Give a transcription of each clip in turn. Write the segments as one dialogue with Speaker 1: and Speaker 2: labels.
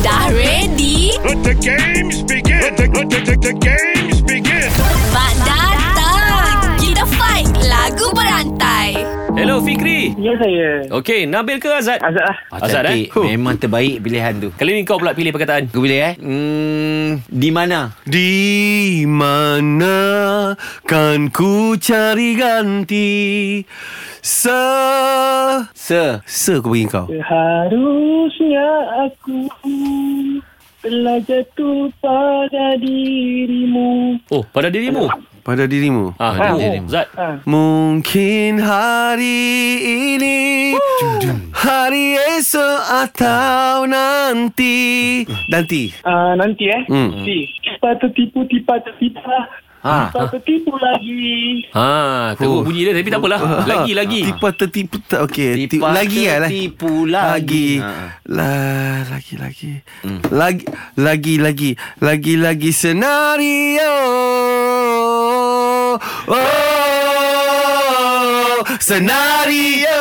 Speaker 1: Dah ready?
Speaker 2: Let the games begin. Let the, let the, the, the games begin.
Speaker 1: Mak datang! Kita fight lagu berantai.
Speaker 3: Hello Fikri.
Speaker 4: Ya saya
Speaker 3: Okey, Nabil ke Azad?
Speaker 4: Azad lah
Speaker 3: Oh. Azad, eh?
Speaker 5: Cantik.
Speaker 3: Huh.
Speaker 5: Memang terbaik pilihan tu.
Speaker 3: Kali ni kau pula pilih perkataan.
Speaker 5: Aku boleh eh? Hmm, di mana?
Speaker 6: Di mana kan ku cari ganti Se
Speaker 5: Se.
Speaker 6: Se aku bagi kau
Speaker 4: Harusnya aku telah jatuh pada dirimu
Speaker 3: Oh, pada dirimu.
Speaker 6: Pada dirimu
Speaker 3: Ah,
Speaker 5: Pada
Speaker 3: oh,
Speaker 5: dirimu.
Speaker 3: Azad.
Speaker 4: Ha.
Speaker 6: Mungkin hari ini Hari esok atau nanti Nanti
Speaker 4: Ah Nanti eh
Speaker 6: Hmm.
Speaker 4: Nanti Tipa tertipu, tipa tertipu
Speaker 5: Ha.
Speaker 4: Tipa tertipu lagi
Speaker 3: Ha, teruk
Speaker 6: Huh.
Speaker 3: bunyi dia tapi tak apalah. Lagi lagi.
Speaker 6: Tipa tertipu tak- Okey tipu, Lagi Ha. lah lah.
Speaker 5: Tipu
Speaker 6: lagi
Speaker 5: lagi.
Speaker 6: la, lagi lagi lagi lagi lagi lagi lagi senario oh senario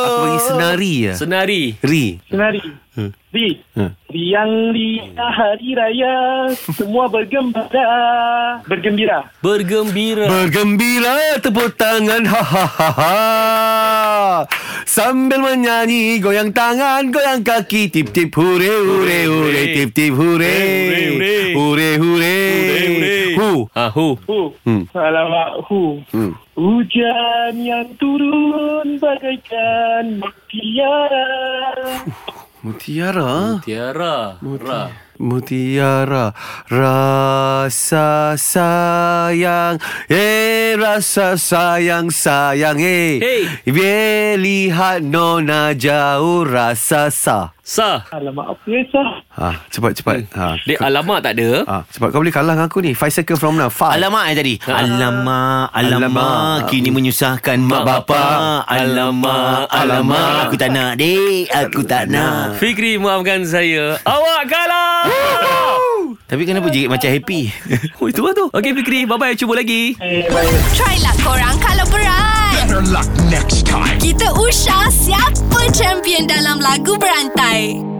Speaker 6: aku bagi senari ya
Speaker 3: Senari.
Speaker 6: ri
Speaker 4: Senari Di
Speaker 6: Hmm.
Speaker 4: Riang ria hari raya Semua bergembira Bergembira
Speaker 3: Bergembira.
Speaker 6: bergembira tepuk tangan ha ha ha ha sambil menyanyi goyang tangan goyang kaki tip tip hure hure hure tip tip hure
Speaker 3: Hure, hure.
Speaker 6: hure hure hu
Speaker 3: Ah, hu.
Speaker 4: Hu.
Speaker 6: Hmm.
Speaker 4: Alamak hu.
Speaker 6: Hmm.
Speaker 4: Hujan yang turun bagaikan mutiara.
Speaker 6: Mutiara
Speaker 3: Tiara. Ra.
Speaker 6: Mutiara Rasa sayang Eh rasa sayang sayang eh
Speaker 3: Hey.
Speaker 6: Biar lihat nona jauh rasa sa
Speaker 3: Sa.
Speaker 4: Alamak apa ya sah?
Speaker 6: Ha, cepat cepat ha,
Speaker 3: Dia alamat tak ada.
Speaker 5: Ah.
Speaker 6: ha, Cepat kau boleh kalah dengan aku ni 5 second from now Five. Ah.
Speaker 5: Alamak eh tadi Alamak Alamak,
Speaker 6: Alamak.
Speaker 5: Kini menyusahkan mak bapa Alamak Alamak Aku tak nak dek Aku tak nak
Speaker 3: Fikri maafkan saya. Awak kalah.
Speaker 5: Tapi kenapa jerit macam happy
Speaker 3: Oh, itu lah tu. Okey Fikri, bye-bye. Cuba lagi.
Speaker 4: Eh, baik.
Speaker 1: Try lah korang kalau berat.
Speaker 2: Better luck next time.
Speaker 1: Kita usah siapa champion dalam lagu berantai.